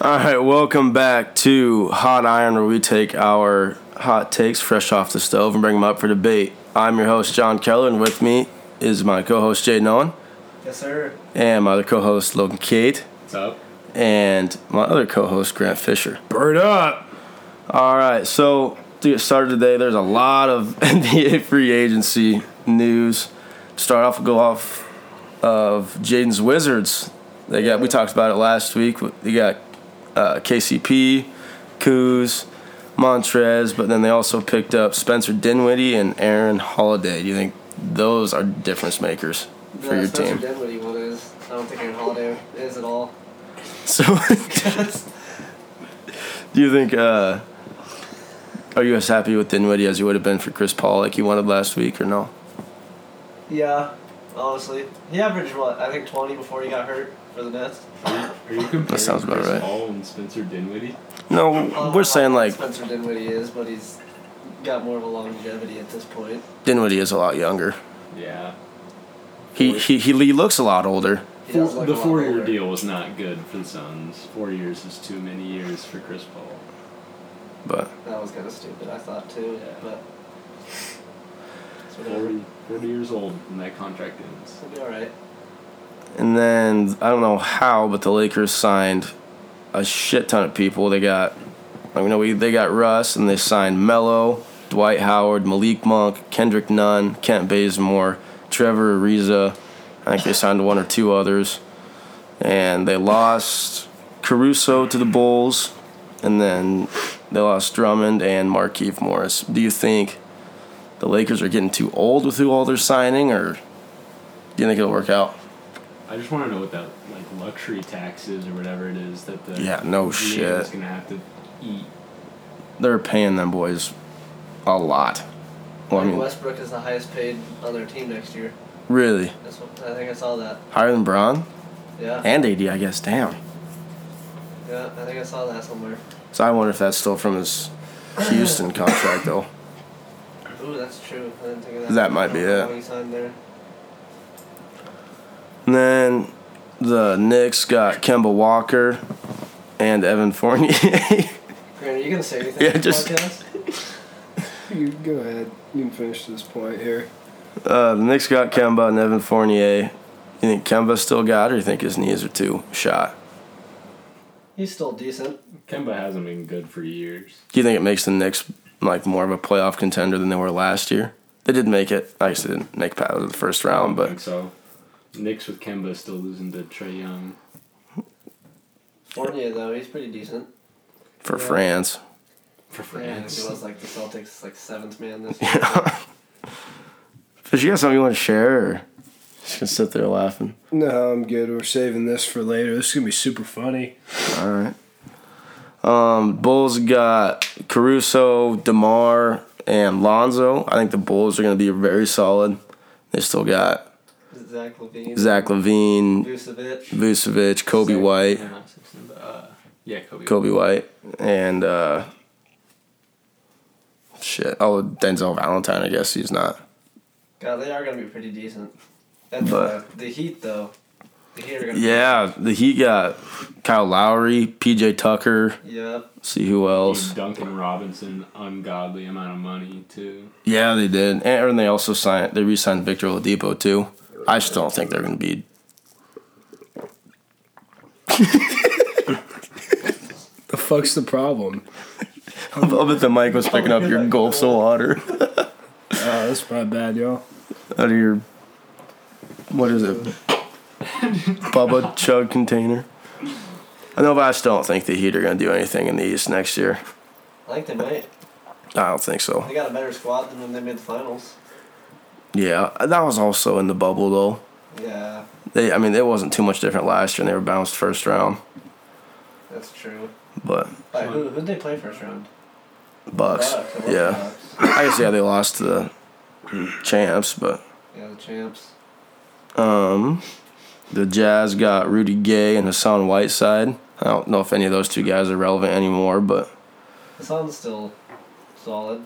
All right, welcome back to Hot Iron, where we take our hot takes fresh off the stove and bring them up for debate. I'm your host, John Keller, and with me is my co host, Jay Nolan, Yes, sir. and my other co host, Logan Cade, What's up? and my other co host, Grant Fisher. Bird up! All right, so to get started today, there's a lot of NBA free agency news. Start off, go off of Jaden's Wizards. They got we talked about it last week. They got uh, KCP, Kuz, Montrez, but then they also picked up Spencer Dinwiddie and Aaron Holiday. Do you think those are difference makers for no, your Spencer team? Dinwiddie one is. I don't think Aaron Holiday is at all. So, do you think? Uh, are you as happy with Dinwiddie as you would have been for Chris Paul, like you wanted last week, or no? yeah, honestly, he averaged what I think twenty before he got hurt for the Nets. Are you, are you comparing sounds about Chris right. Paul and Spencer Dinwiddie? I No, don't know we're how saying old like Spencer Dinwiddie is, but he's got more of a longevity at this point. Dinwiddie is a lot younger. Yeah. He he he he looks a lot older. He Four, does look the a lot four-year older. deal was not good for the Suns. Four years is too many years for Chris Paul. But That was kind of stupid. I thought too, Yeah. but it's whatever. 40, 40 years old when that contract ends. It'll be all right. and then I don't know how, but the Lakers signed a shit ton of people. They got I mean, no, we they got Russ and they signed Mello, Dwight Howard, Malik Monk, Kendrick Nunn, Kent Bazemore, Trevor Ariza. I think they signed one or two others, and they lost Caruso to the Bulls, and then they lost Drummond and Markeith Morris. Do you think the Lakers are getting too old with who all they're signing, or do you think it'll work out? I just want to know what that like luxury tax is or whatever it is that the Yeah, no GM is shit. gonna have to eat. They're paying them boys a lot. Well, I Like, mean, Westbrook is the highest paid on their team next year. really That's what I think I saw that. higher than Braun Yeah, and AD, I guess. Damn. yeah, I think I saw that somewhere. So I wonder if that's still from his Houston contract, though. Ooh, that's true. I didn't think of that. That might be it. How he signed there. And then the Knicks got Kemba Walker and Evan Fournier. Grant, are you gonna say anything? Yeah, on the just- podcast? You go ahead. You can finish this point here. uh, the Knicks got Kemba and Evan Fournier. You think Kemba still got, it, or you think his knees are too shot? He's still decent. Kemba hasn't been good for years. Do you think it makes the Knicks like more of a playoff contender than they were last year? They did make it. I guess they didn't make it out of the first round, think but so. Knicks with Kemba still losing to Trey Young. Fournier though, he's pretty decent. for France, For Yeah, I think France. he was like the Celtics like seventh man this year. Fish, you got something you want to share? Or just gonna sit there laughing. No, I'm good. We're saving this for later. This is gonna be super funny. All right. Um, Bulls got Caruso, Demar, and Lonzo. I think the Bulls are gonna be very solid. They still got Zach Levine. Zach Levine, Vucevic. Vucevic, Kobe Six- White, no, not six, no, uh, yeah, Kobe. Kobe White, and uh, shit. Oh, Denzel Valentine. I guess he's not. God, they are gonna be pretty decent. And But- the, the Heat though, the Heat are gonna. Yeah, the Heat got Kyle Lowry, P.J. Tucker. Be, yeah. See who else. Gave Duncan Robinson ungodly amount of money too. Yeah, they did, and, and they also signed. They re-signed Victor Oladipo too. I just don't think they're going to be. The fuck's the problem? I love that the mic was picking up your gulps of water Oh, that's probably bad, y'all. out of your. What is it? Bubba chug container. I know, but I just don't think the Heat are going to do anything in the East next year. I think they might. I don't think so. They got a better squad than when they made the finals. Yeah, that was also in the bubble though. Yeah, They, I mean, it wasn't too much different last year, and they were bounced first round. that's true. But But who who'd they play first round? Bucks, Bucks, I love yeah. Bucks. I guess yeah, they lost to the champs, but. Yeah, the champs. Um, the Jazz got Rudy Gay and Hassan Whiteside. I don't know if any of those two guys are relevant anymore, but Hassan's still solid,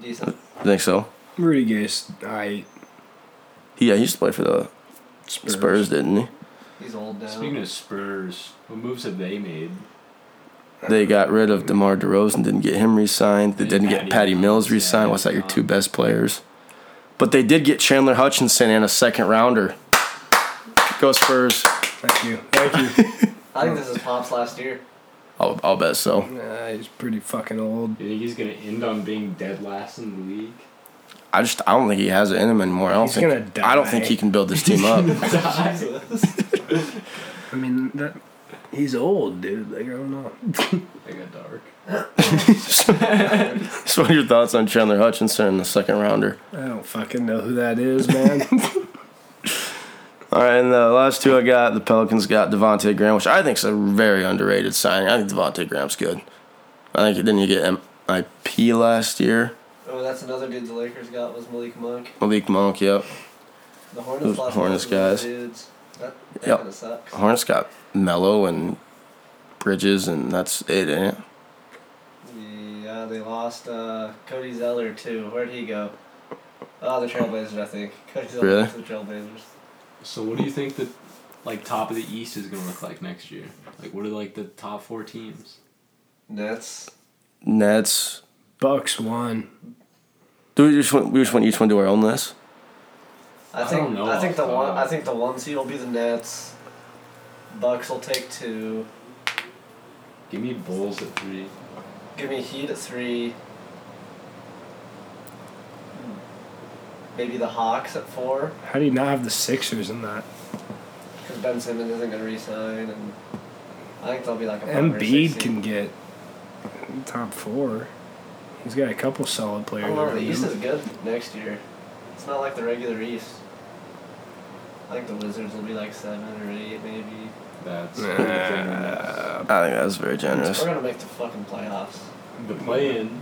decent. I think so. Rudy Gay's I Yeah, he used to play for the Spurs. Spurs, didn't he? He's old now. Speaking of Spurs, what moves have they made? They got rid of DeMar DeRozan, didn't get him re-signed. They And didn't get Patty Patty Mills Mills, yeah, re-signed. What's he that? Your was two gone. best players, but they did get Chandler Hutchinson and a second rounder. Go Spurs! Thank you. Thank you. I think this is Pop's last year. I'll, I'll bet so. nah, he's pretty fucking old. You think he's gonna end on being dead last in the league? I just I don't think he has it in him anymore. I don't He's think gonna I don't die. think he can build this team up. Jesus. I mean, that he's old, dude. Like I don't know. I got dark. so what are your thoughts on Chandler Hutchinson and the second rounder? I don't fucking know who that is, man. All right, and the last two I got, the Pelicans got Devonte Graham, which I think is a very underrated signing. I think Devonte Graham's good. I think didn't he get MIP last year? Oh, that's another dude the Lakers got was Malik Monk. Malik Monk, yep. The Those Hornets lost Hornets both of those guys. Dudes. That, that Yep. kind of sucks. Hornets got Mello and Bridges, and that's it, ain't it? Yeah, they lost uh, Cody Zeller too. Where'd he go? Oh, the Trailblazers, I think. Cody Zeller Really? went to the Trailblazers. So what do you think the like top of the East is gonna look like next year? Like what are like the top four teams? Nets. Nets. Bucks won. Do we just want, we just want each one to do our own list? I I think I, don't know think the off the one top. I think the one seed will be the Nets. Bucks will take two. Give me Bulls at three. Give me Heat at three. Maybe the Hawks at four How do you not have the Sixers in that? because Ben Simmons isn't gonna resign, and I think they'll be like a five or six Embiid seed. can get top four. He's got a couple solid I players. don't know. The East around is him. good next year. It's not like the regular East. I think the Wizards will be like seven or eight, maybe. That's Nah. I think that's very generous. We're gonna make the fucking playoffs. the play in.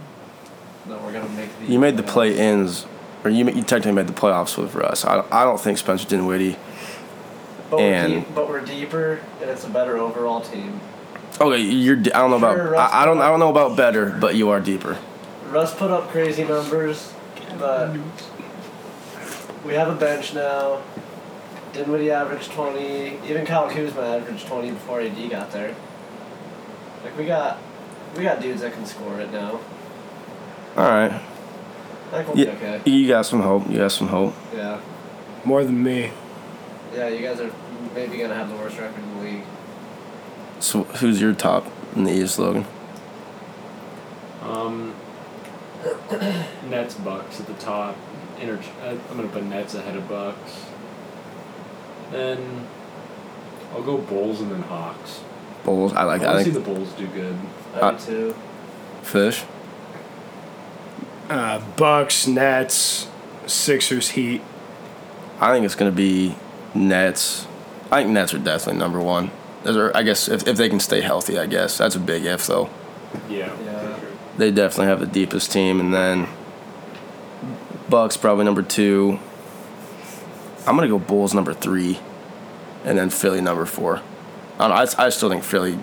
No, we're gonna make the. You made the play ins, or you, ma- you technically made the playoffs with Russ. I, I don't think Spencer Dinwiddie. but We're and- deep, but we're deeper, and it's a better overall team. Okay, you're. d- I don't know Sure, about. Russ- I, I don't. I don't know about better, but you are deeper. Russ put up crazy numbers, but we have a bench now. Dinwiddie averaged 20. Even Kyle Kuzma averaged 20 before AD got there. Like we got, we got dudes that can score it now. All right, I think we'll Yeah. be okay. you got some hope. You got some hope. Yeah, More than me. yeah. You guys are maybe gonna have the worst record in the league. So who's your top in the East, Logan? Um, Nets Bucks at the top. Inter- uh, I'm gonna put Nets ahead of Bucks. Then I'll go Bulls and then Hawks. Bulls. I I like. want I to see think the Bulls do good. I Uh, do too. fish. Uh, Bucks, Nets, Sixers, Heat. I think it's gonna be Nets. I think Nets are definitely number one. Those are- I guess if, if they can stay healthy, I guess that's a big if though. Yeah. Yeah. For sure. They definitely have the deepest team, and then Bucks probably number two. I'm gonna go Bulls number three, and then Philly number four. I don't know, I, I still think Philly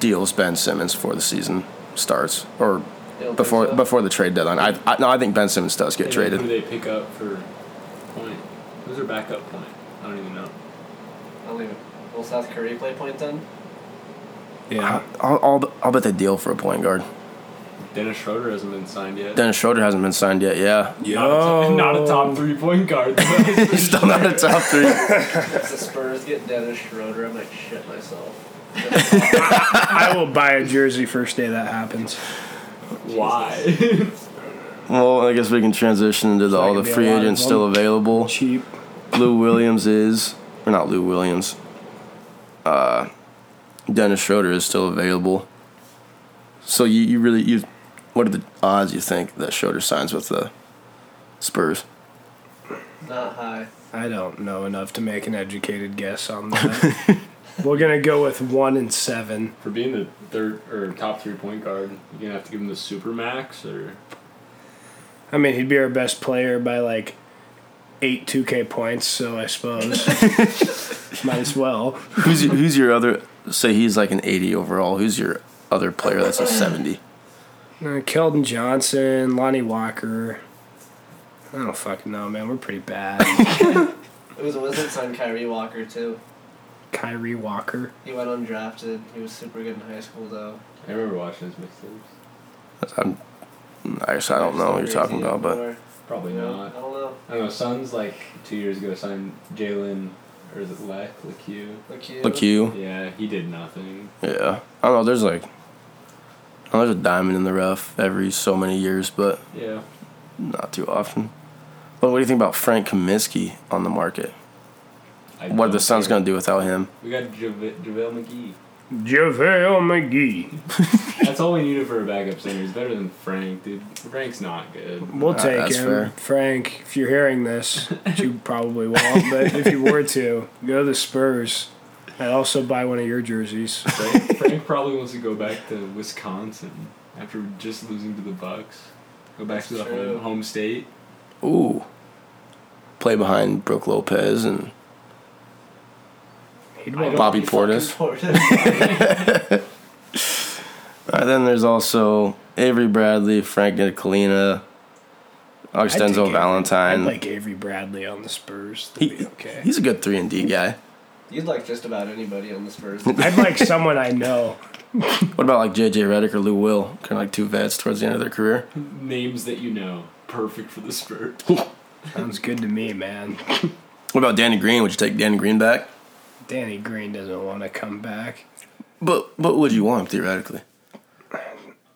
deals Ben Simmons before the season starts or You don't think before so? before the trade deadline. I, I no, I think Ben Simmons does get And traded. Who do they pick up for point? Who's their backup point? I don't even know. I'll leave it. Will South Korea play point then? Yeah. I'll, I'll, I'll bet they deal for a point guard. Dennis Schroeder hasn't been signed yet. Dennis Schroeder hasn't been signed yet. Yeah, Not, a t- not a top three point guard. though. he's still not a top three. If the Spurs get Dennis Schroeder, I might shit myself. I will buy a jersey first day that happens. Why? Well, I guess we can transition into the, all gonna the be a free lot of agents them. still available. Cheap. Lou Williams is, or not Lou Williams. Uh, Dennis Schroeder is still available. So you, you really you, what are the odds you think that Schroeder signs with the Spurs? Not high. I don't know enough to make an educated guess on that. We're gonna go with one and seven. For being the third or top three point guard, you're gonna have to give him the super max or I mean, he'd be our best player by like eight two K points, so I suppose might as well. Who's your- who's your other? Say he's like an eighty overall. Who's your other player that's a seventy? Uh, Keldon Johnson, Lonnie Walker. I don't fucking know, man. We're pretty bad. It was a Wizards on Kyrie Walker too. Kyrie Walker. He went undrafted. He was super good in high school though. I remember watching his mixtapes. I'm, I guess I don't know what you're talking about, but Probably no, I not. don't know. I don't know. Suns like two years ago signed Jalen or is it Lek LeCue? Look you. look you, Yeah, he did nothing. yeah. I don't know. There's like, oh, there's a diamond in the rough every so many years, but Yeah. not too often. But what do you think about Frank Kaminsky on the market? I What are the don't Suns care. gonna do without him? We got JaVale, JaVale McGee. JaVale McGee. That's all we needed for a backup center. He's better than Frank, dude. Frank's not good. We'll Uh, take that's him. fair. Frank, if you're hearing this, which you probably won't, but if you were to, go to the Spurs. I'd also buy one of your jerseys. Frank, Frank probably wants to go back to Wisconsin after just losing to the Bucks. Go back to the That's true. home, home state. Ooh, play behind Brooke Lopez and He'd I want don't Bobby think Portis. Portis. And then there's also Avery Bradley, Frank Nicolina, I'd take Augustenzo Avery- I'd Valentine. like Avery Bradley on the Spurs. He- That'd be okay. He's a good three and D guy. You'd like just about anybody on the Spurs. I'd like someone I know. What about like JJ Redick or Lou Will? Kind of like two vets towards the end of their career. Names that you know. Perfect for the Spurs. Sounds good to me, man. What about Danny Green? Would you take Danny Green back? Danny Green doesn't want to come back. But but would you want him theoretically?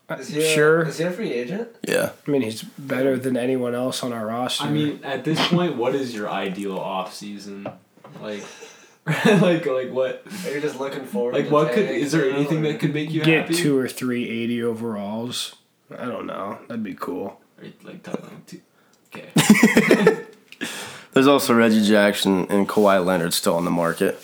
Is he a, Sure. Is he a free agent? Yeah. I mean, he's better than anyone else on our roster. I mean, at this point, what is your ideal off season? Like, like, like what? Are you just looking forward? Like, to what could? tank, Is there you know, anything or- that could make you get happy? two or three 80 overalls. I don't know. That'd be cool. Or, Like, talk like two. Okay. There's also Reggie Jackson and Kawhi Leonard still on the market.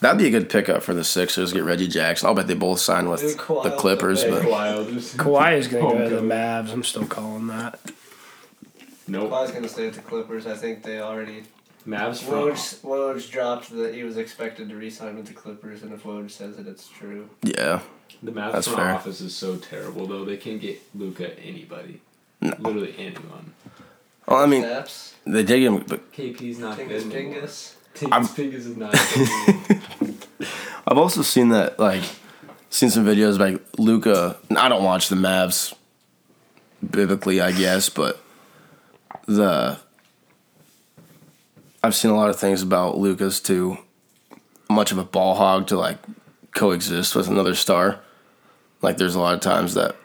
That'd be a good pickup for the Sixers. Get Reggie Jackson. I'll bet they both sign with Dude, Kawhi the Clippers. up there. But Wilders. Kawhi is going to go to the Homecoming. Mavs. I'm still calling that. Nope. Kawhi's gonna stay at the Clippers. I think they already. Mavs front. Woj, Woj dropped that he was expected to re-sign with the Clippers, and if Woj says it, it's true. yeah, The Mavs That's front fair. office is so terrible though. They can't get Luca anybody. Literally anyone. well, I mean Snaps. they did get him, but KP's not Tingus good. anymore. Pingus. I'm- Tingus Pingus is not good. anymore. I've also seen that like seen some videos by Luca. I don't watch the Mavs biblically, I guess, but the I've seen a lot of things about Luca's too much of a ball hog to like coexist with another star. Like there's a lot of times that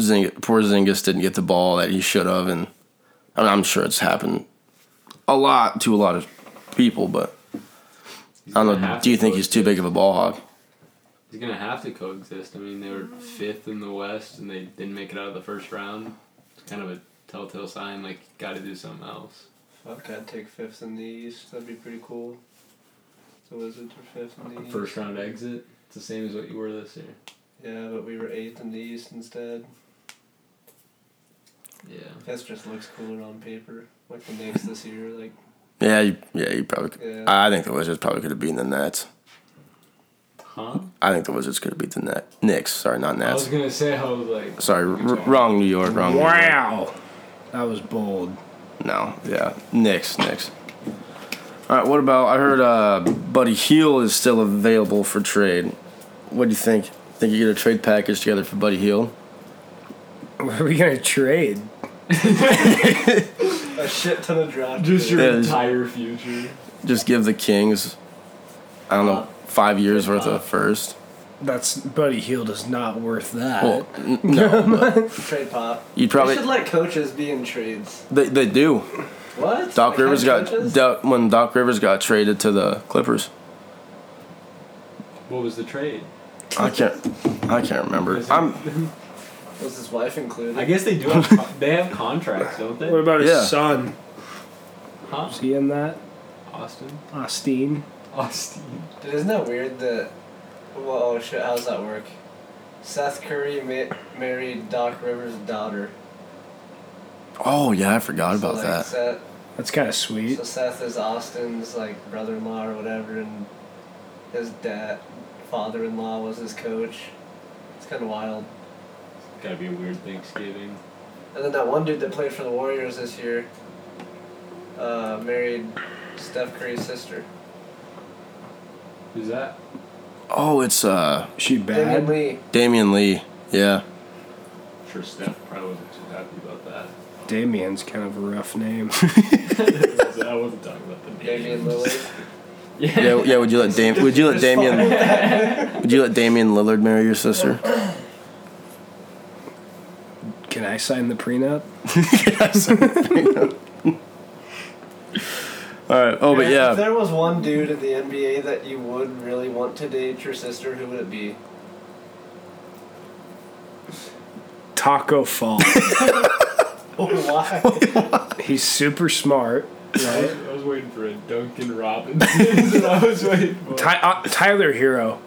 Zing, poor Zingas didn't get the ball that he should have, and I mean, I'm sure it's happened a lot to a lot of people, but He's I don't gonna know. have Do you to think he's too big of a ball hog? coexist. He's gonna have to coexist. I mean, they were fifth in the West and they didn't make it out of the first round. It's kind of a telltale sign. Like, got to do something else. Fuck, I'd take fifth in the East. That'd be pretty cool. The Wizards were fifth in the East. First round exit. It's the same as what you were this year. Yeah, but we were eighth in the East instead. Yeah. This just looks cooler on paper. Like the Knicks this year, like Yeah, you, yeah, you probably. Could. yeah. I think the Wizards probably could have beaten the Nets. Huh? I think the Wizards could have beat the Net Knicks. Sorry, not I was Nets. gonna say how like Sorry, r- wrong New York. Wrong. New York. Wow. That was bold. No, yeah, Knicks, Knicks. All right, what about? I heard uh, Buddy Heel is still available for trade. What do you think? Think you get a trade package together for Buddy Heel? What are we going to trade? a shit ton of draft. just your Yeah, it's- entire future. Just give the Kings, I don't Uh, know, five years worth Uh, of first. That's Buddy Heald is not worth uh, that. Well, n- no, but trade pop. you probably Probably should let coaches be in trades. they they do. What? Doc Like, Rivers head got coaches? Doc, when Doc Rivers got traded to the Clippers. What was the trade? I can't. I can't remember. I'm. was his wife included? I guess they do. Have con- they have contracts, don't what they? about Yeah. his son? Huh? Is he in that? Austin. Austin? Austin. Dude, isn't that weird that? Whoa, shit! How's that work? Seth Curry ma- married Doc Rivers' daughter. Oh yeah, I forgot so about like, that. Seth, That's kind of sweet. so Seth is Austin's like brother-in-law or whatever, and his dad, father-in-law, was his coach. It's kind of wild. Gotta be a weird Thanksgiving. And then that one dude that played for the Warriors this year uh, married Steph Curry's sister. Who's that? Oh, it's uh She Damian bad. Lee. Damian Lee. Yeah. I'm sure Steph probably wasn't too happy about that. Damien's kind of a rough name. I wasn't talking about the name. Damian Lillard. Yeah, yeah. Would you let Dam- Would you let Damian? Would you let Damian Lillard marry your sister? Can I sign the prenup? All right. Oh, but If yeah. there was one dude in the NBA that you would really want to date your sister, who would it be? Taco Fall. Oh, Why? He's super smart. I was, I was waiting for a Duncan Robinson. That's what I was waiting for. Ty- uh, Tyler Hero.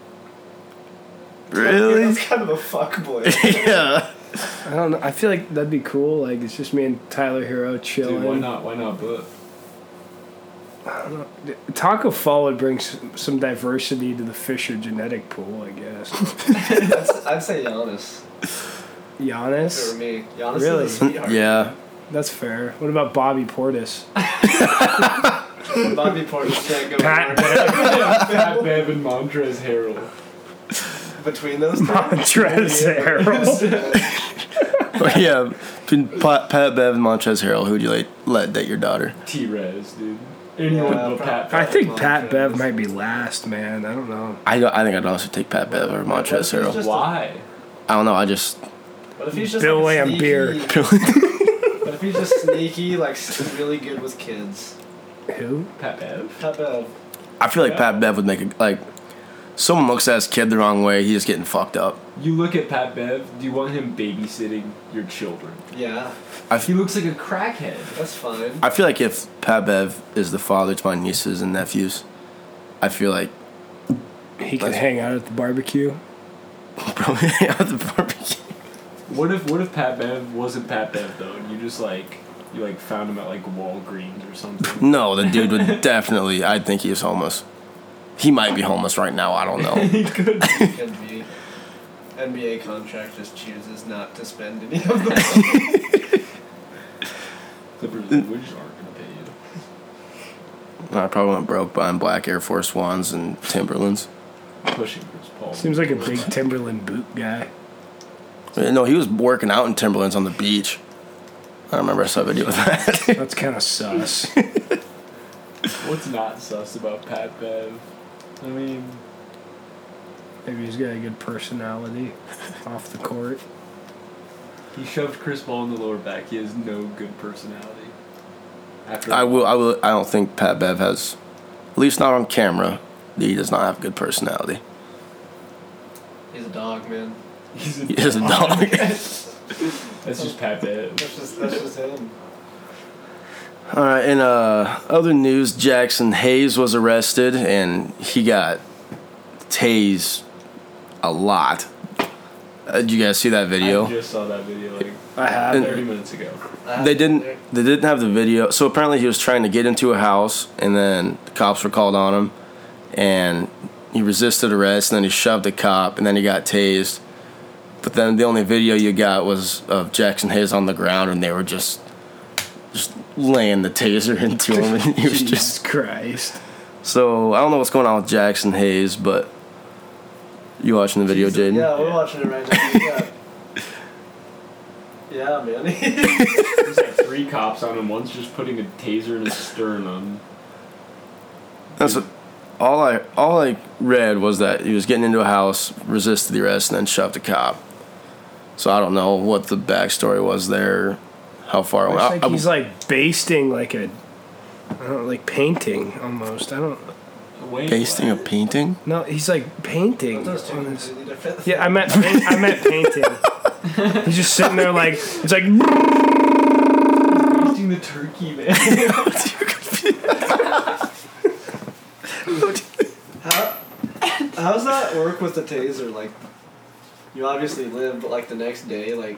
Really? That's kind of a fuckboy. yeah. I don't know. I feel like that'd be cool. Like it's just me and Tyler Hero chilling. Dude, why not? Why not book? Taco Fall would bring s- some diversity to the Fisher genetic pool, I guess. That's- I'd say Giannis. If it were Giannis, me. Giannis Really? is a sweetheart. Yeah. that's fair. What about Bobby Portis? Bobby Portis can't go Pat anywhere. Pat Bev and Montrez Harrell. between those two. Montrez Harrell. yeah. Between Pat, Pat Bev and Montrezl Harrell, who'd you like, let date your daughter? T Rez, dude. Anyone Yeah, but Pat Bev. I think Montrez. Pat Bev might be last, man. I don't know. I go, I think I'd honestly take Pat Bev over Montrezl What if Harrell. he's Why? I don't know. I just What if he's just Bill like Lamb sneaky, beer. What if he's just sneaky, like s- really good with kids? Who? Pat Bev. Type of I feel like Pat Bev would make a like. Someone looks at his kid the wrong way, he's just getting fucked up. You look at Pat Bev. Do you want him babysitting your children? yeah, He looks like a crackhead. that's fine. I feel like if Pat Bev is the father to my nieces and nephews, I feel like He could That's- hang out at the barbecue. probably out at the barbecue. What if What if Pat Bev wasn't Pat Bev though? And you just like you like found him at like Walgreens or something. No, the dude would definitely. I think he's homeless. He might be homeless right now. I don't know. he could. Could be. NBA contract just chooses not to spend any of them. Clippers and Wizards aren't gonna pay you. I probably went broke buying black Air Force Ones and Timberlands. Pushing Chris Paul. Seems like a big Timberland boot guy. No, he was working out in Timberlands on the beach. I remember I saw a video of that. That's kind of sus. What's not sus about Pat Bev? I mean, Maybe he's got a good personality off the court. he shoved Chris Paul in the lower back. He has no good personality. After I will. I will. I don't think Pat Bev has, at least not on camera. He does not have good personality. He's a dog, man. he's He is a dog. That's just Pat Bev. That's just that's just him. All right, in uh, other news, Jackson Hayes was arrested and he got tased a lot. Uh, did you guys see that I video? just saw that video like I have. And- 30 minutes ago. I- They didn't. They didn't have the video. So apparently, he was trying to get into a house, and then the cops were called on him, and he resisted arrest, and then he shoved a cop, and then he got tased. But then the only video you got was of Jackson Hayes on the ground, and they were just, just laying the taser into him, and he was just Jesus Christ. So I don't know what's going on with Jackson Hayes, but you watching the video, Jaden? Yeah, we're watching it right now. Yeah, yeah man. There's like three cops on him. One's just putting a taser in his sternum. That's what, all I all I read was that he was getting into a house, resisted the arrest, and then shoved a cop. So I don't know what the backstory was there, how far it Looks went. Oh, I- like I- he's like basting like a, I don't know, like painting almost. I don't. Wait, basting a painting. No, he's like painting. Those two on his- completely different. yeah, I meant paint, I meant painting. he's just sitting there like it's like what? Basting the turkey, man. How, how does that work with the taser? Like, you obviously live, but like the next day, like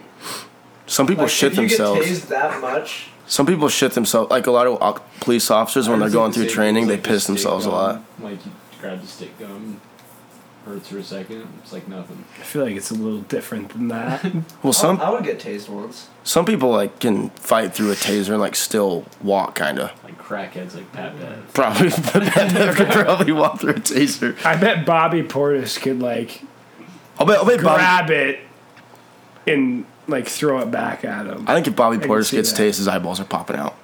Some people like, shit if you themselves. get tased that much, Some people shit themselves. Like a lot of uh, police officers when they're going through training, they piss themselves a lot. Like you grab the stick gum. hurts for a second. It's like nothing. I feel like it's a little different than that. Well, some I would get tased once. some people like can fight through a taser and like still walk, kind of. Like crackheads, like Pat Bev. Probably could probably walk through a taser. I bet Bobby Portis could like I'll bet, I'll bet Bobby, grab it and like throw it back at him. I think if Bobby can Portis see gets that. tased, his eyeballs are popping out.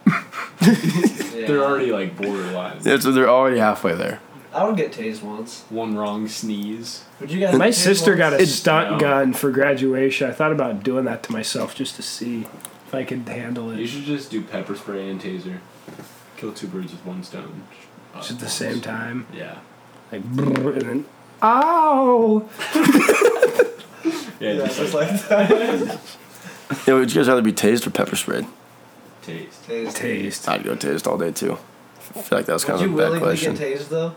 Yeah. They're already like borderline. Yeah, so they're already halfway there. I would get tased once. One wrong sneeze. Would you guys? My get tased sister once? got a It- stunt No. gun for graduation. I thought about doing that to myself just to see if I could handle You it should just do pepper spray and taser. Kill two birds with one stone. just at the same time. Yeah. Like, brrr, and then, ow! Yeah, Yeah, just, just like, like that. Yeah, would you guys rather be tased or pepper sprayed? taste. Tased. Taste. I'd go tased all day too. I feel like that was Would kind you of a willingly bad question. get tased though?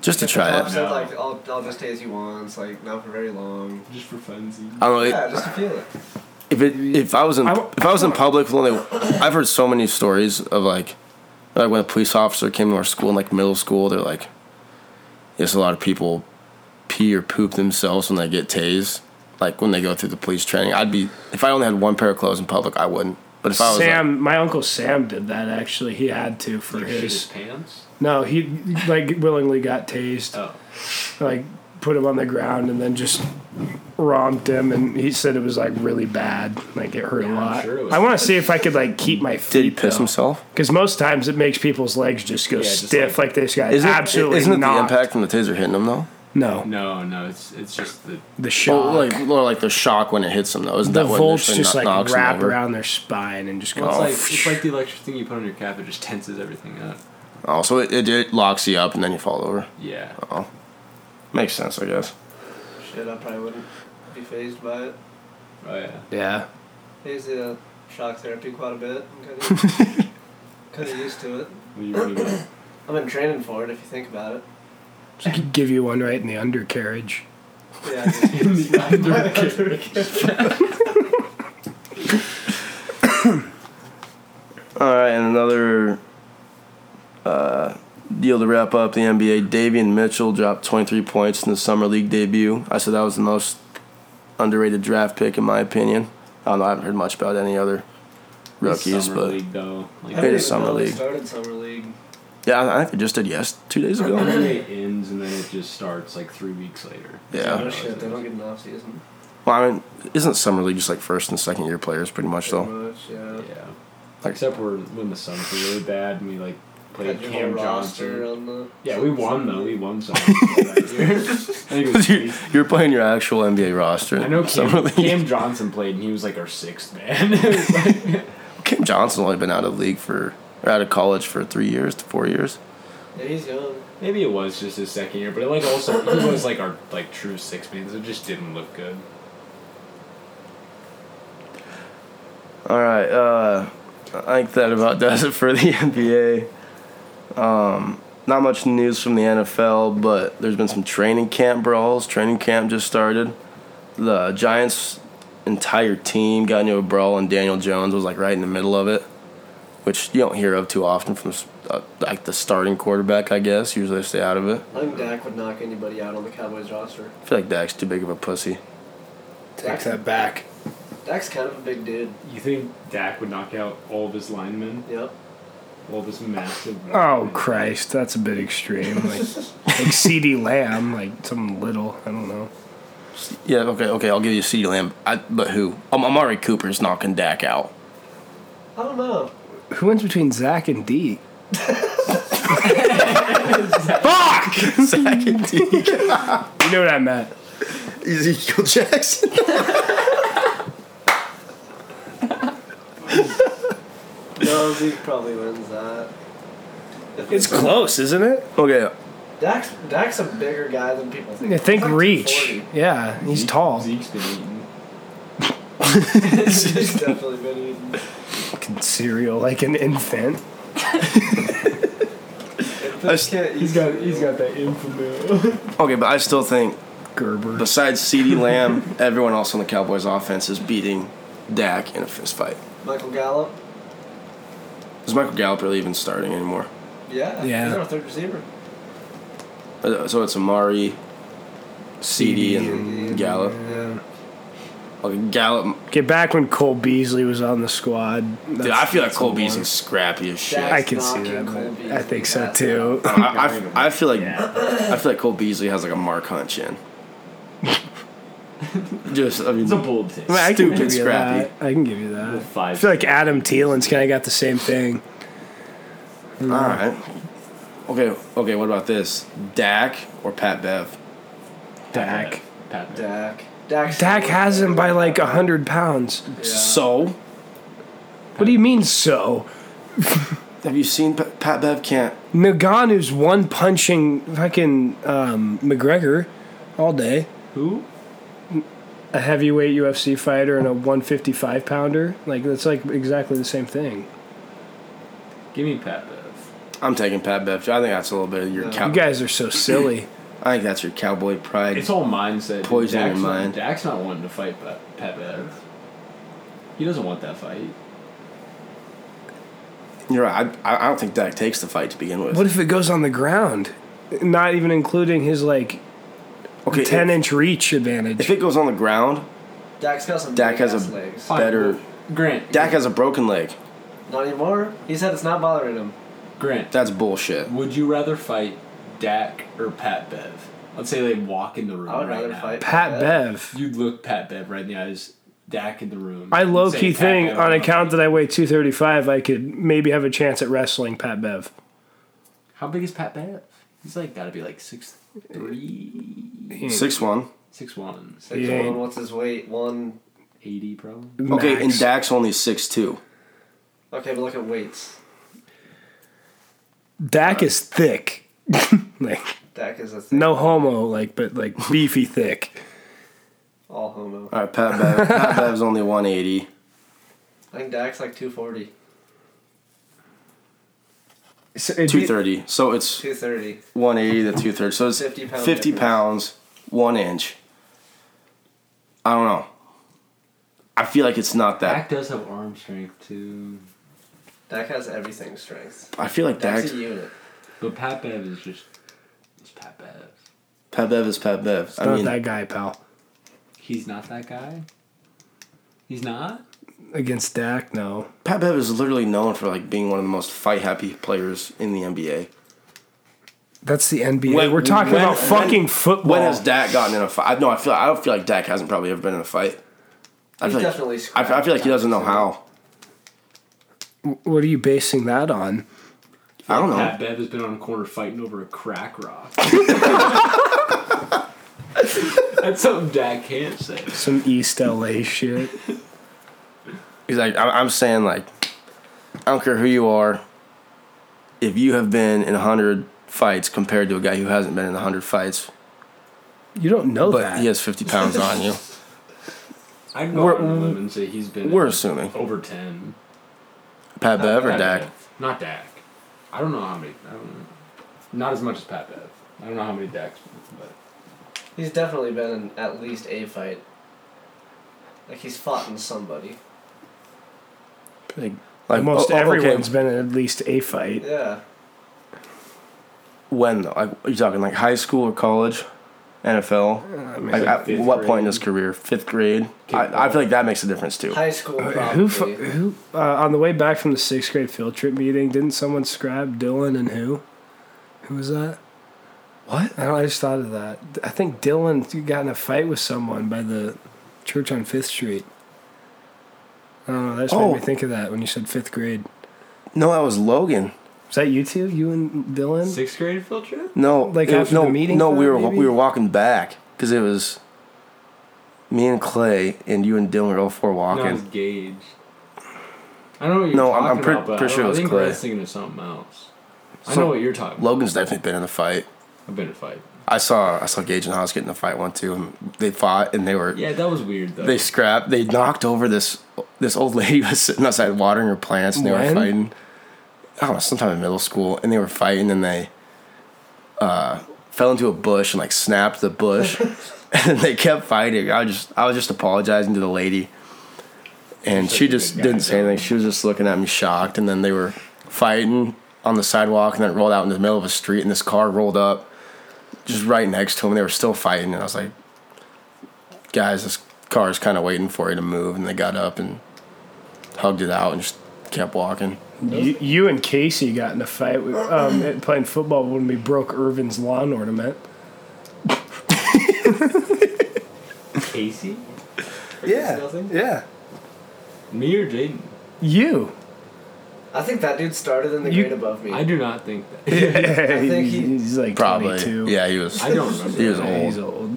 Just to If the try cop it. Said, No. like, I'll, I'll just tase you once, like not for very long. Just for funsies. I don't know. it- Yeah, just to feel it. If it if I was in I w- if I was in public, well, they- I've heard so many stories of like, like when a police officer came to our school in like middle school, they're like, yes, a lot of people pee or poop themselves when they get tased, like when they go through the police training. I'd be if I only had one pair of clothes in public, I wouldn't. But if I was Sam, my uncle Sam did that actually. He had to for Like, shit his his. pants? No, he like willingly got tased. Oh. Like, put him on the ground and then just romped him, and he said it was like really bad. Like it hurt a I'm lot. sure it was- I want to see if I could like keep my like, did he feet. piss himself? Because most times it makes people's legs just go Yeah, just stiff, like- like, this guy Isn't it- absolutely isn't it the not. impact from the taser hitting him though? No, No, no, it's it's just the the Well, shock, like or like the shock when it hits them though. Isn't the that what volts initially just kno- like knocks them wrap over? around their spine and just go. Well, it's Oh, like phew. it's like the electric thing you put on your cap. It just tenses everything up. Oh, so it, it, it locks you up and then you fall over. Yeah. Oh. Makes sense, I guess. Shit, I probably wouldn't be phased by it. Oh yeah. yeah, Phased the shock therapy quite a bit. I'm kind of, kind of used to it. You already got- I've been training for it. If you think about it. just g- give you one right in the undercarriage. Yeah. I just- All right, and another uh, deal to wrap up the NBA. Davian Mitchell dropped 23 points in the summer league debut. I said that was the most underrated draft pick in my opinion. I don't know. I haven't heard much about any other rookies, Summer but league, though. Like, I don't even Summer know they League. Started summer league. yeah, I- I think it just did yes two days the ago. NBA ends and then it just starts like three weeks later. Yeah. Oh shit, they don't get an off season. Well, I mean, isn't summer league just like first and second year players pretty much Pretty though? much, yeah. Yeah. Like- Except for when the Suns were really bad and we like played Had your whole Cam roster Johnson. on the. Yeah, we won though. We won some. that year. I think it was You're, you're playing your actual NBA roster. I know in summer Cam, league. Cam Johnson played and he was like our sixth man. It was like- Cam Johnson's only been out of the league for or out of college for three years to four years. Yeah, he's young. Maybe it was just his second year, but it, like also he was like our like true six man, so it just didn't look good. All right, uh, I think that about does it for the NBA. Um, not much news from the NFL, but there's been some training camp brawls. Training camp just started. The Giants' entire team got into a brawl, and Daniel Jones was like right in the middle of it, which you don't hear of too often from uh, like the starting quarterback. I guess usually they stay out of it. I think Dak would knock anybody out on the Cowboys roster. I feel like Dak's too big of a pussy. Take that back. Dak's kind of a big dude. You think Dak would knock out all of his linemen, Yep. all of his massive? Oh Christ, that's a bit extreme. Like, like CD Lamb, like something little. I don't know. Yeah, okay, okay, I'll give you CeeDee Lamb. I, but who? Um, Amari Cooper's knocking Dak out. I don't know. Who wins between Zach and D? Second team. You know what I meant. Ezekiel Jackson. No, Zeke probably wins that. It's close, isn't it? Okay, Dak's Dak's a bigger guy than people think. I think He's like reach. 240. Yeah, he's tall. Zeke's been eating. He's definitely been eating. Fucking cereal like an infant. If this can't eat cereal- that infamous. okay, but I still think Gerber. besides CeeDee Lamb, everyone else on the Cowboys offense is beating Dak in a fist fight. Michael Gallup. Is Michael Gallup really even starting anymore? Yeah. Yeah. He's our third receiver. Uh, So it's Amari, CD and Gallup. Yeah. Like Gallup, Get back when Cole Beasley was on the squad. dude, I feel like Cole Beasley's scrappy as shit. I I, can see Knocking that. Cole but I Beasley think so fast too. I, I feel like I feel like Cole Beasley has like a Mark Hunt chin. Just I mean, It's a bold take. I mean, I can Stupid give you scrappy. that. I can give you that. I Five. feel like Adam Thielen's kind of got the same thing. all right. Okay, okay. What about this? Dak or Pat Bev? Dak. Pat Bev. Dak. Dak's Dak has him by like hundred pounds. Yeah. So What do you mean so? have you seen Pat, Pat Bev can't? Nagano's one punching fucking um, McGregor all day. Who? A heavyweight UFC fighter and a 155 pounder. Like, that's like exactly the same thing. Give me Pat Bev. I'm taking Pat Bev. I think that's a little bit of your No. cow. You guys are so silly. I think that's your cowboy pride. It's all mindset. dude. Poison your Dak's not- mind. Dak's not wanting to fight Pat Pat Bev. He doesn't want that fight. You're right. I, I don't think Dak takes the fight to begin with. what if it goes on the ground? Not even including his like okay, 10 if, inch reach if advantage. it goes on the ground, Dak's got some Dak has big-ass a- legs. Fine. Better- well, Grant. Dak has a broken leg. Not anymore. He said it's not bothering him. Grant. That's bullshit. Would you rather fight Dak or Pat Bev? Let's say they walk in the room. I would right rather now. fight Pat Bev. You'd look Pat Bev right in the eyes, Dak in the room. I and low say, key "Pat think Bev, on I'm account fighting." that I weigh 235, I could maybe have a chance at wrestling Pat Bev. How big is Pat Bev? He's like gotta be like six three, Six one. six one, six Six Yeah. one. What's his weight? One. eighty probably. Okay, and Max. Dak's only six two. Okay, but look at weights. Dak is thick. like Dak is a thing. no homo, like but like beefy thick. All homo. All right, Pat Bev. Pat Bev's only one eighty. I think Dak's like 240, So it'd be- Two thirty. So it's 230. one eighty to two thirty. So it's 50 fifty pound pounds. difference. one inch. I don't know. I feel like it's not that. Dak does have arm strength too, Dak has everything strength. I feel like Dak. Dak's a unit. but Pat Bev is just it's Pat Bev. Pat Bev is Pat Bev. not I mean, that guy, pal. He's not that guy. He's not. Against Dak, no. Pat Bev is literally known for like being one of the most fight happy players in the NBA. That's the NBA. When- We're talking when- about fucking when- football. When has Dak gotten in a fight? I, no, I feel I don't feel like Dak hasn't probably ever been in a fight. I He's feel like, definitely I, I feel like he doesn't know how. what are you basing that on? I don't know. Pat Bev has been on a corner fighting over a crack rock. That's something Dak can't say. Some East LA shit. He's like, I- I'm saying like, I don't care who you are. If you have been in hundred fights compared to a guy who hasn't been in hundred fights, You don't know but that. he has 50 pounds on you, I'd go We're- out on a limb and say he's been we're assuming over ten. Pat Bev or Pat Dak. Bev. Not Dak. I don't know how many. I don't know. Not as much as Pat Bev. I don't know how many Dak's, but He's definitely been in at least a fight. Like he's fought in somebody. Like, Most oh, oh, okay, everyone's been in at least a fight. Yeah. When though? Like, are you talking like high school or college, NFL? I Like, mean, at fifth what point in grade. his career? Fifth grade. I, I feel like that makes a difference too. High school probably. who fu- who uh, on the way back from the sixth grade field trip meeting? Didn't someone scrab Dylan and who? Who was that? What? I don't. I just thought of that. I think Dylan got in a fight with someone by the church on Fifth Street. I don't know. That just Oh. made me think of that when you said fifth grade. No, that was Logan. Was that you two? You and Dylan? sixth grade field trip. No, Like it- after no, the meeting No, for we that, were maybe? we were walking back because it was me and Clay and you and Dylan were all four No, it was walking. Gage. I know what you're No, I'm- talking I'm pretty- about, but pretty I, sure it don't- I was think Clay. Grant's thinking of something else. I So- know what you're talking. about. Logan's definitely been in a fight. I've been in a fight. I saw I saw Gage and Haas get in a fight one too, and they fought and they were Yeah, that was weird though. they scrapped. They knocked over this this old lady who was sitting outside watering her plants, and they When? were fighting. I don't know, sometime in middle school, and they were fighting, and they uh, fell into a bush and like snapped the bush, and they kept fighting. I just I was just apologizing to the lady, and Such she a good just guy, didn't say though. anything. She was just looking at me shocked, and then they were fighting on the sidewalk, and then it rolled out in the middle of a street, and this car rolled up. just right next to him. They were still fighting, and I was like, "Guys, this car's kind of waiting for you to move." And they got up and hugged it out and just kept walking. You, you and Casey got in a fight we, um, at playing football when we broke Irvin's lawn ornament. Casey? Or Nothing? yeah. Me or Jaden? You. I think that dude started in the You- grade above me. I do not think that. I think he- he's like Probably, 22. yeah, he was. I don't remember. He was Yeah, He's old.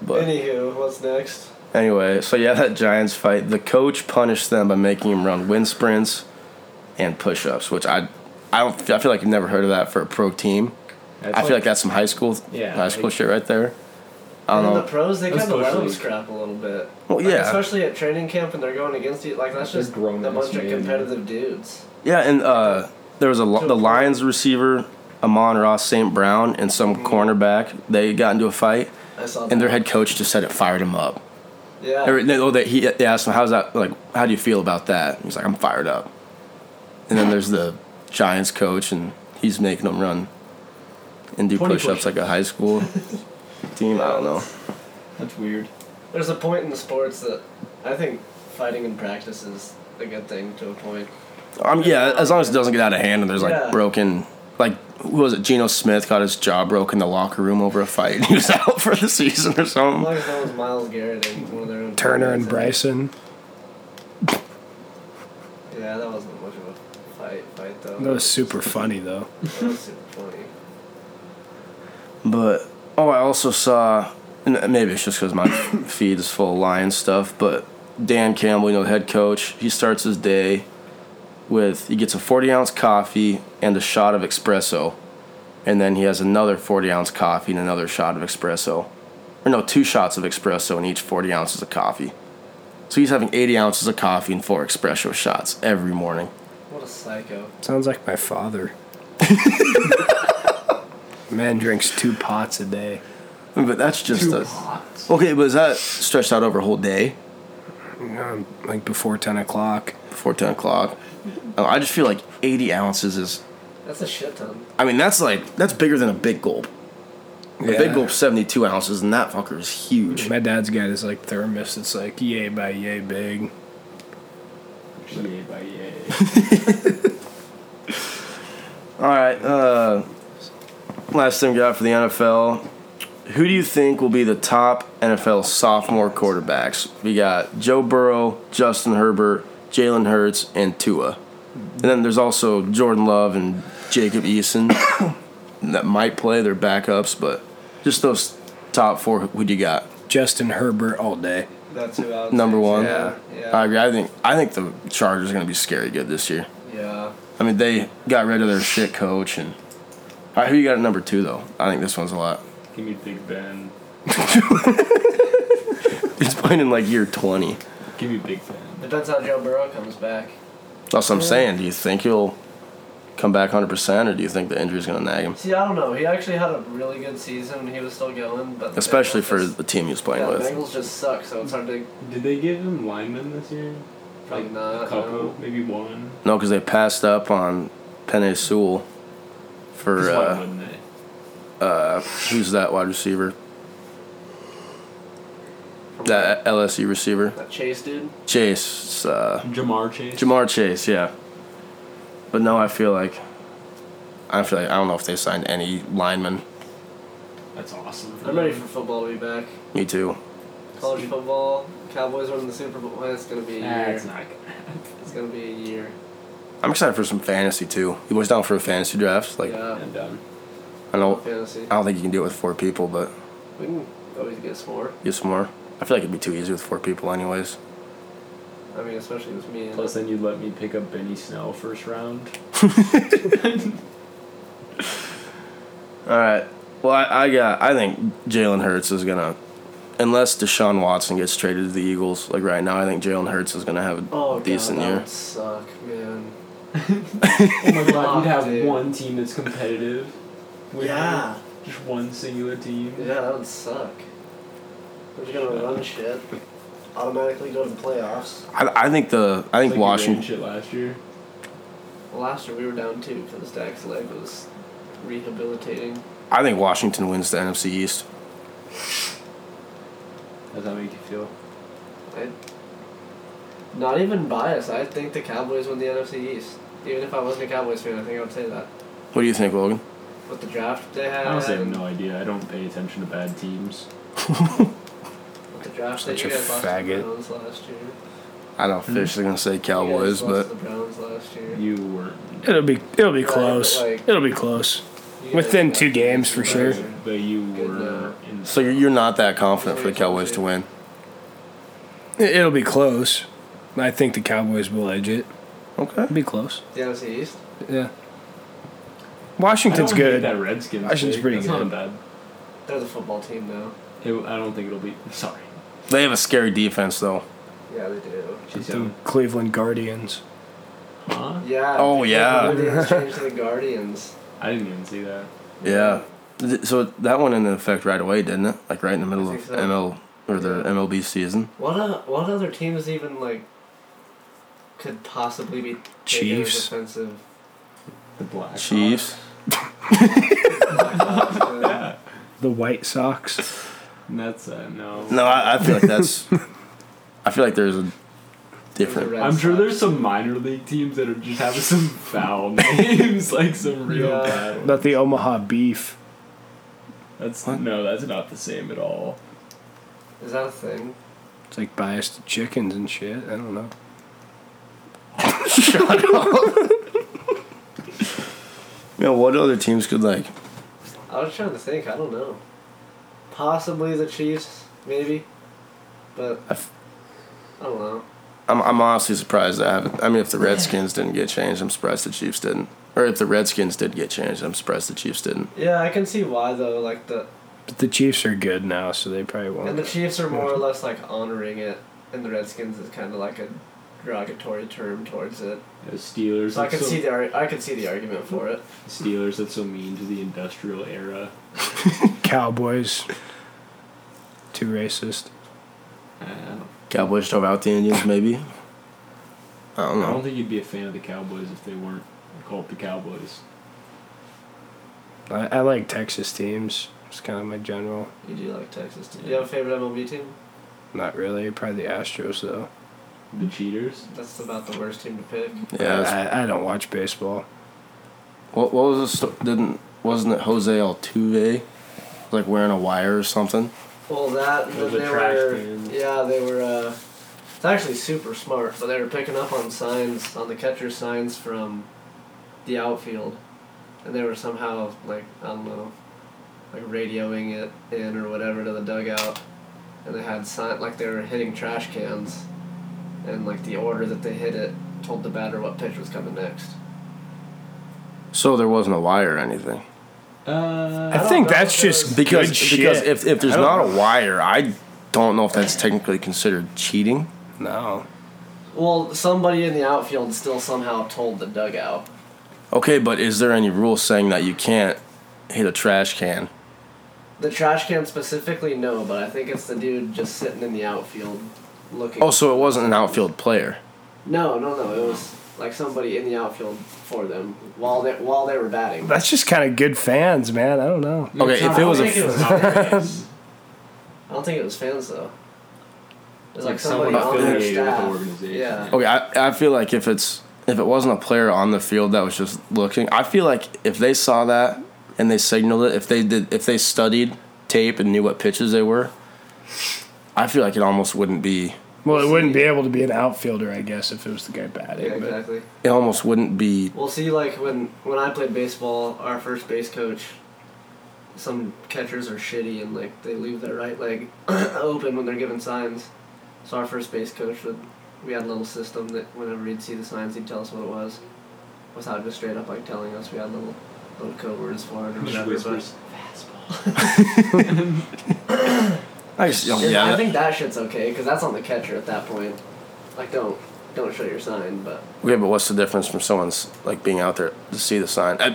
But Anywho, what's next? anyway, so yeah, that Giants fight. The coach punished them by making him run wind sprints and push-ups, which I, I don't. I feel like I've never heard of that for a pro team. That's I feel like that's some high school, Yeah, high school like- shit right there. I and don't in know. the pros, they That's kind of let social them league. scrap a little bit. Well, Like, yeah, especially at training camp and they're going against you. Like, that's They're just a grown ass bunch of men. competitive dudes. yeah, and uh, there was a lo- the Lions receiver Amon Ross St. Brown and some cornerback. They got into a fight, I saw and their that. head coach just said it fired him up. Yeah. Every- they- oh, they, he, they asked him, "How's that? Like, how do you feel about that?" He's like, "I'm fired up." And then there's the Giants coach, and he's making them run and do 20 push-ups, like a high school team. I don't know. That's weird. There's a point in the sports that I think fighting in practice is a good thing to a point. Um, yeah, as long as it doesn't get out of hand and there's like Yeah. broken, like who was it? Geno Smith got his jaw broke in the locker room over a fight. and He was out for the season or As something. long as no one's Miles Garrett and one of their own. Turner and teammates. Bryson. Yeah, that wasn't much of a fight, fight though. That was super funny though. That was super funny. But oh, I also saw, and maybe it's just because my feed is full of Lions stuff. But Dan Campbell, you know, the head coach, he starts his day with he gets a forty ounce coffee and a shot of espresso, and then he has another forty ounce coffee and another shot of espresso, or no, two shots of espresso and each forty ounces of coffee. So he's having eighty ounces of coffee and four espresso shots every morning. What a psycho. Sounds like my father. Man drinks two pots a day. But that's just a pots. okay. But is that stretched out over a whole day? Um, like before ten o'clock. before 10 o'clock. Uh, I just feel like 80 ounces is. That's a shit ton. I mean, that's like, that's bigger than a big gulp. A Yeah. big gulp's 72 ounces, and that fucker is huge. My dad's got his like thermos. It's like yay by yay big. Yay by yay. All right. Uh, last thing we got for the NFL. Who do you think will be the top NFL sophomore quarterbacks? We got Joe Burrow, Justin Herbert, Jalen Hurts, and Tua. And then there's also Jordan Love and Jacob Eason that might play their backups, but just those top four. Who do you got? Justin Herbert all day. That's who I was Number one. Yeah. Yeah. I agree. I think I think the Chargers are going to be scary good this year. yeah. I mean, they got rid of their shit coach, and all right, who you got at number two though? I think this one's a lot. Give me Big Ben. He's playing in like year twenty. Give me Big Ben. Depends how Joe Burrow comes back. That's what I'm saying. Do you think he'll come back hundred percent, or do you think the injury's going to nag him? See, I don't know. He actually had a really good season when he was still going, but the Especially Bengals for just- the team he was yeah, playing the with. Bengals just suck, so it's hard to Did they give him linemen this year? Probably Like not, A couple, Uh, no. maybe one. No, because they passed up on Penny Sewell for Just one, uh, wouldn't they? uh, who's that wide receiver? That LSU receiver, that Chase dude. Chase. Uh, Jamar Chase. Jamar Chase, yeah. But no, I feel like I feel like I don't know if they signed any linemen. That's awesome. I'm ready for football to be back. Me too. College football, Cowboys winning the Super Bowl. It's gonna be a Nah, year. it's not gonna happen. It's gonna be a year. I'm excited for some fantasy too. You boys down for a fantasy draft? Like oh. yeah. I'm done. I know Fantasy. I don't think you can do it with four people, but We can always get some more. get some more. I feel like it'd be too easy with four people anyways. I mean, especially with me. And Plus, then you'd let me pick up Benny Snell first round. Alright. Well I, I got I think Jalen Hurts is gonna unless Deshaun Watson gets traded to the Eagles, like right now, I think Jalen Hurts is gonna have a oh, decent God, that year. would suck, man. Oh my god, you'd have Dude. one team that's competitive. We'd Yeah. have Just one singular team. Yeah, that would suck. They're just gonna run shit. Automatically go to the playoffs. I, I think the I think Like you ran Washington shit last year. Well, last year we were down two because Dak's leg was rehabilitating. I think Washington wins the NFC East. How does that make you feel? I, not even biased. I think the Cowboys win the NFC East. Even if I wasn't a Cowboys fan, I think I would say that. What do you think, Logan? With the draft they had, I honestly have Um, no idea. I don't pay attention to bad teams. with the draft that Such you a guys lost to the faggot. Browns last year. I don't officially gonna say Cowboys, you guys lost but to the Browns last year. You weren't. It'll be it'll be Right, but, close. like- it'll be close. You guys Within got- two games, for sure. But you Good were. luck. In, so you're you're not that confident for the Cowboys to win. It- It'll be close. I think the Cowboys will edge it. Okay. It'll be close. The NFC East. Yeah. I don't Washington's hate good. That Redskins. Washington's pick. pretty That's good. Not bad. They're the football team now. It, I don't think it'll be. Sorry. They have a scary defense though. Yeah, they do. She's The Cleveland Guardians. Huh? Yeah. Oh, they yeah. got the exchange to the Guardians. I didn't even see that. Yeah. Th- So that went into effect right away, didn't it? Like right in the middle I of think so. ML or the Yeah. MLB season. What uh, what other teams even like could possibly be taken as Chiefs. offensive? The black. Chiefs. Uh, The White Sox. And that's uh, no. No, I, I feel like that's. I feel like there's a different. Red I'm sure Sox. there's some minor league teams that are just having some foul names, like some real Yeah. bad. ones. Not the Omaha Beef. That's What? no, that's not the same at all. Is that a thing? It's like biased to chickens and shit. I don't know. You know, what other teams could like? I was trying to think. I don't know. Possibly the Chiefs, maybe, but I f- I don't know. I'm I'm honestly surprised that haven't. I mean, if the Redskins didn't get changed, I'm surprised the Chiefs didn't. Or if the Redskins did get changed, I'm surprised the Chiefs didn't. Yeah, I can see why though. Like the But the Chiefs are good now, so they probably and the won't. Chiefs are more or less like honoring it, and the Redskins is kind of like a derogatory term towards it. The Steelers. So I that's can so, see the ar- I can see the argument for it. Steelers. That's so mean to the industrial era. Cowboys. Too racist. Uh, Cowboys drove out the Indians, maybe. I don't I don't know. think you'd be a fan of the Cowboys if they weren't called the Cowboys. I, I like Texas teams. It's kind of my general. You do like Texas. Do you have a favorite MLB team? Not really. Probably the Astros though. The cheaters. That's about the worst team to pick. Yeah. it's- I, I don't watch baseball. What what was this? Didn't wasn't it Jose Altuve? Like wearing a wire or something. Well, that and then Those are they trash were cans. yeah they were. Uh, it's actually super smart, but they were picking up on signs on the catcher signs from the outfield, and they were somehow like I don't know, like radioing it in or whatever to the dugout, and they had sign like they were hitting trash cans, and like the order that they hit it told the batter what pitch was coming next. So there wasn't a wire or anything. Uh, I, don't think know that's if there's- just Because good because shit. if if there's I don't not a wire, I don't know if that's technically considered cheating. no, Well, somebody in the outfield still somehow told the dugout. Okay, but is there any rule saying that you can't hit a trash can? The trash can specifically, no, but I think it's the dude just sitting in the outfield looking. Oh, so it wasn't an outfield player. No, no, no. It was like somebody in the outfield for them while they while they were batting. that's just kind of good fans, man. I don't know. Okay, it's not- if it I was don't a think it was fans. I don't think it was fans though. It was like, like somebody someone on their affiliated with the staff. organization. Yeah. Okay, I, I feel like if it's if it wasn't a player on the field that was just looking, I feel like if they saw that and they signaled it, if they did, if they studied tape and knew what pitches they were, I feel like it almost wouldn't be. Well, it We'll wouldn't see. be able to be an outfielder, I guess, if it was the guy batting. Yeah, but exactly. It almost wouldn't be. Well, see, like when when I played baseball, our first base coach, some catchers are shitty and like they leave their right leg open when they're giving signs. So our first base coach would we had a little system that whenever he'd see the signs, he'd tell us what it was, without just straight up like telling us. We had little little code words for it or Just whatever. whispers. I just But yeah. I think that shit's okay because that's on the catcher at that point. Like don't don't show your sign, but Okay, but what's the difference from someone's like being out there to see the sign? I,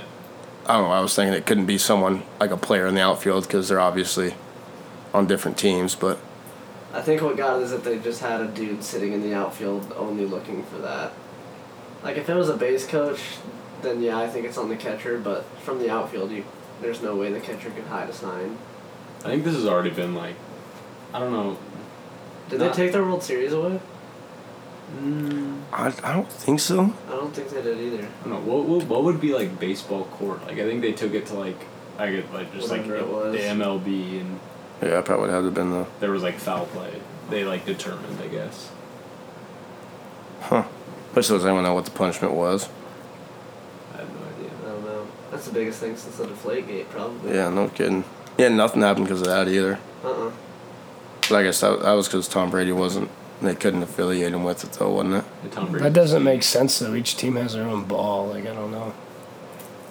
I don't know. I was thinking it couldn't be someone like a player in the outfield because they're obviously on different teams. But I think what got it is that they just had a dude sitting in the outfield only looking for that. Like if it was a base coach, then yeah, I think it's on the catcher. But from the outfield, you there's no way the catcher can hide a sign. I think this has already been like, I don't know. Did Nah. they take their World Series away? I, I don't think so. I don't think they did either. I don't know what, what what would be like baseball court. Like I think they took it to like I could like just Whatever like it was. the MLB and Yeah, I probably would have to been though. there was like foul play. They like determined, I guess. Huh. But still, does anyone know what the punishment was? I have no idea. I don't know. That's the biggest thing since the deflate gate, probably. Yeah, no kidding. Yeah, nothing happened because of that either. Uh uh Like I said, that was because Tom Brady wasn't. They couldn't affiliate him with it though, wasn't it? The Tom Brady. That doesn't make sense though. Each team has their own ball. Like I don't know.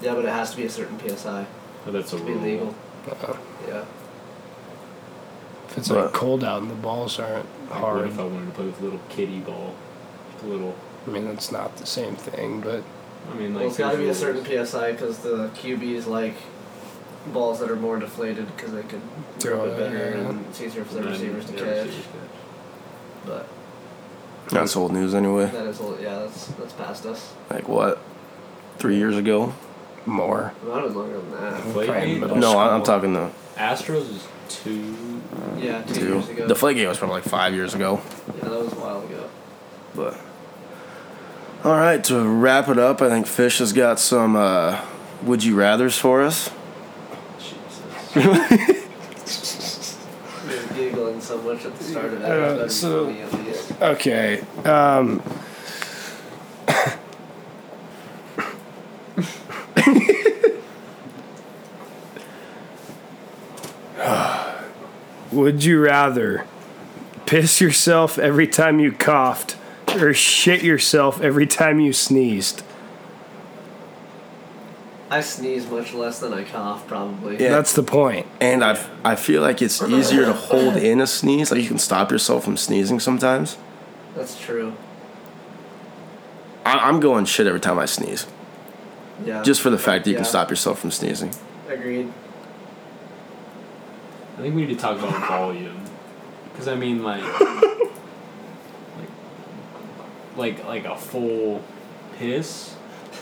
Yeah, but it has to be a certain PSI Oh, that's a to be rule. legal. Uh, Yeah. if it's like Right. cold out and the balls aren't Like, what hard, if I wanted to play with a little kitty ball? A little. I mean that's not the same thing. But I mean, like. Well, it's got to be a there's certain rules. PSI because the QBs like balls that are more deflated because they can Throw rip it, it better yeah. and it's easier for the And then receivers to the catch. receivers catch. But That's old news anyway. that is all. Yeah, that's that's past us. Like what? Three years ago? more. Well, that was longer than that. Play Probably game? middle No, I- I'm school. talking the Astros is two. Yeah, two, two. years ago. The Flake game was probably like five years ago. yeah, that was a while ago. But all right, to wrap it up, I think Fish has got some uh, would you rather's for us. Jesus. We were giggling so much at the start of that. Yeah, it was so- funny at least. Okay. Um, would you rather piss yourself every time you coughed or shit yourself every time you sneezed? I sneeze much less than I cough, probably. Yeah. That's the point. And I, I feel like it's easier to hold in a sneeze. Like you can stop yourself from sneezing sometimes. That's true. I, I'm going shit every time I sneeze, Yeah. just for the fact that you can Yeah. stop yourself from sneezing. agreed. I think we need to talk about volume, because I mean, like, like, like, like a full piss.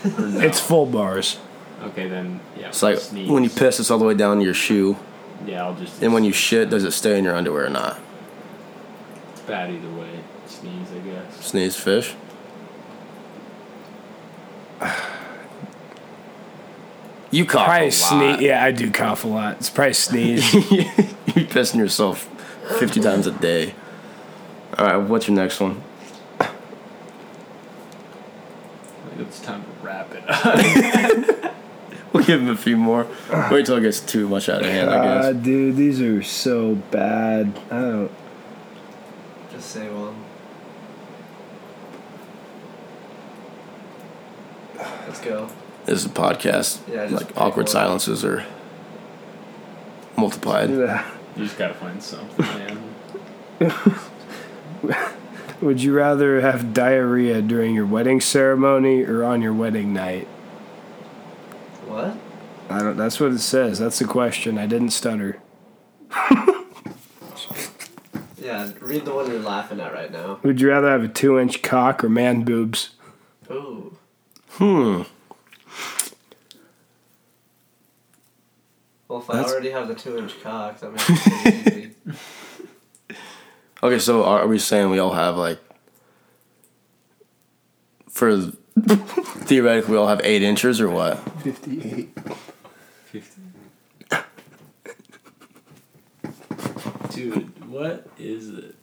Or no? It's full bars. okay. Then yeah. It's like sneeze. when you piss, it's all the way down to your shoe, Yeah, I'll just. and when you shit, does it stay in your underwear or not? It's bad either way. Sneeze, I guess. Sneeze, fish. You cough Probably Oh, a lot. sneeze. Yeah, I do cough a lot. It's probably sneeze. You're pissing yourself 50 times a day. All right, what's your next one? I think it's time to wrap it up. We'll give him a few more. Wait till it gets too much out of hand, I Uh, guess. dude, these are so bad. I don't. Just say one. Let's go. This is a podcast. Yeah, just like awkward pick one. silences are multiplied. you just gotta find something, man. Would you rather have diarrhea during your wedding ceremony or on your wedding night? What? I don't. That's what it says. That's the question. I didn't stutter. Yeah, read the one you're laughing at right now. Would you rather have a two-inch cock or man boobs? Ooh. Hmm. Well, if That's- I already have the two inch cock, that makes it pretty easy. Okay, so are we saying we all have like, for theoretically, we all have eight inches or what? Fifty-eight. Fifteen. Dude, what is it?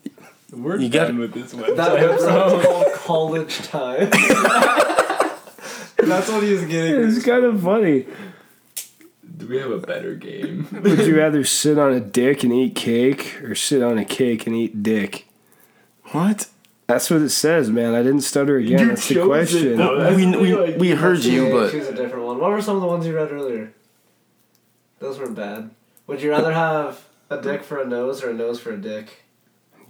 We're You done gotta- with this website. That website's bro. called College Time. That's what he was getting. It's kind of funny. Do we have a better game? Would you rather sit on a dick and eat cake or sit on a cake and eat dick? What? That's what it says, man. I didn't stutter again. that's the chose it, question. though. That's we, the we, thing, like, we heard you, Yeah, but choose a different one. What were some of the ones you read earlier? Those weren't bad. Would you rather have a dick for a nose or a nose for a dick?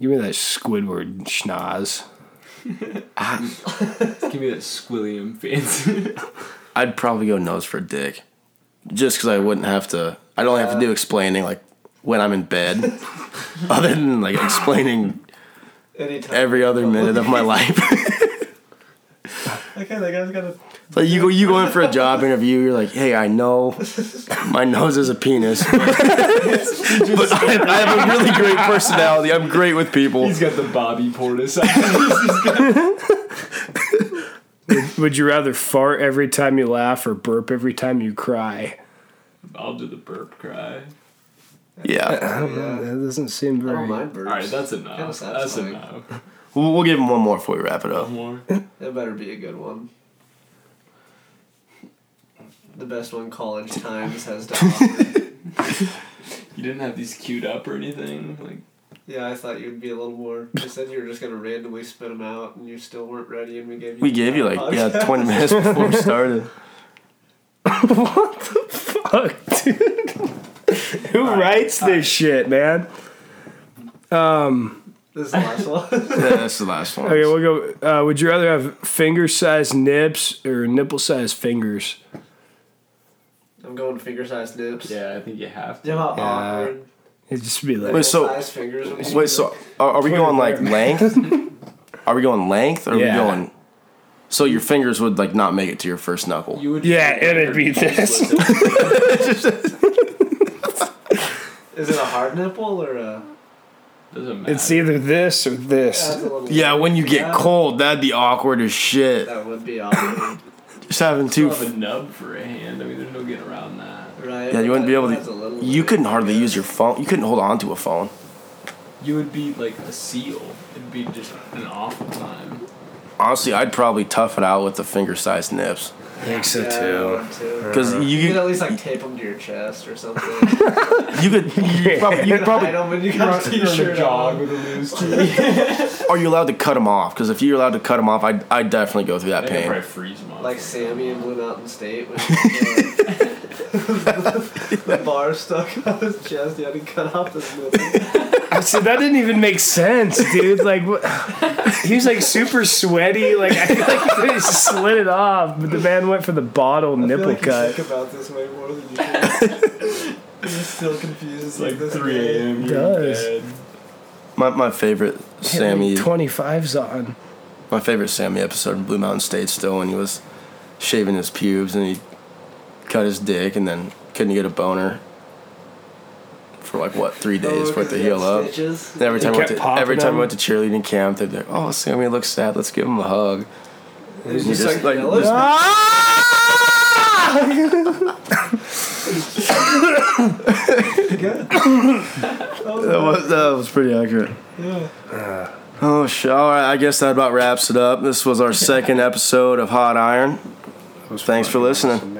Give me that Squidward schnoz. Give me that squilliam fancy. I'd probably go nose for dick, just because I wouldn't have to. I don't have to do explaining like when I'm in bed, other than like explaining Anytime. every other minute of my life. Okay, that guy's got a It's Like you go, you go in for a job interview. You're like, hey, I know my nose is a penis, but I, I have a really great personality. I'm great with people. He's got the Bobby Portis. Would you rather fart every time you laugh or burp every time you cry? I'll do the burp cry. Yeah, I don't know. That doesn't seem I very. don't mind birds. All right, that's enough. Kinda That's satisfying. enough. we'll, we'll give him one more before we wrap it up. One more. That better be a good one. The best one College Times has to offer. You didn't have these queued up or anything. Like yeah, I thought you'd be a little more. You said you were just gonna randomly spit them out, and you still weren't ready, and we gave you. We gave you like yeah 20 minutes before we started. Fuck, dude. Who writes this shit, man? Um. This is the last one. Yeah, that's the last one. Okay, we'll go. Uh, would you rather have finger-sized nips or nipple-sized fingers? I'm going finger-sized nips. yeah, I think you have to. You know how Yeah. awkward. It'd just be like. Wait, so- sized fingers. would be? Wait, so are, are we going like length? Are we going length? Or are Yeah. we going? So your fingers would like not make it to your first knuckle. You would. Yeah, and it'd be this. Is it a hard nipple or a? Doesn't matter. It's either this or That's a this. little- Yeah, when you get Yeah, cold, that'd be awkward as shit. That would be awkward, Just having You two. have a nub for a hand. I mean, there's no getting around that. right? Yeah, you wouldn't be able That's a to. little You bit- couldn't hardly use your phone. You couldn't hold on to a phone. You would be like a seal. It'd be just an awful time. Honestly, I'd probably tough it out with the finger-sized nips. I think so Yeah, I would too. Because Uh-huh. You could you at least like tape them to your chest or something. could, you could, you probably, you You probably probably. hide 'em when you got a t-shirt on. with a loose tooth. Are you allowed to cut them off? Because if you're allowed to cut them off, I'd, I'd definitely go through I that think pain. I'd probably freeze them off. Like Sammy in Blue Mountain State when he was, uh, the bar stuck on his chest. He had to cut off his nipple. So that didn't even make sense, dude. Like, what? he was like super sweaty. Like, I feel like he just slid it off. But the man went for the bottle I feel nipple like cut. You think about this way more than you do. You're still confused. it's It's like like this 3 day. a.m. Does. You're in bed. My, my favorite Sammy. Twenty fives on. My favorite Sammy episode in Blue Mountain State still when he was shaving his pubes and he cut his dick and then couldn't get a boner for like what three Oh, days for it to heal up. Stitches. And every time I went kept to every popping time I him. went to cheerleading camp, they'd be like, "Oh, Sammy looks sad. Let's give him a hug." It was You just just, like, like, jealous. Ah! That was that was pretty accurate. Yeah. Oh shit! All right, I guess that about wraps it up. This was our second episode of Hot Iron. Thanks for listening.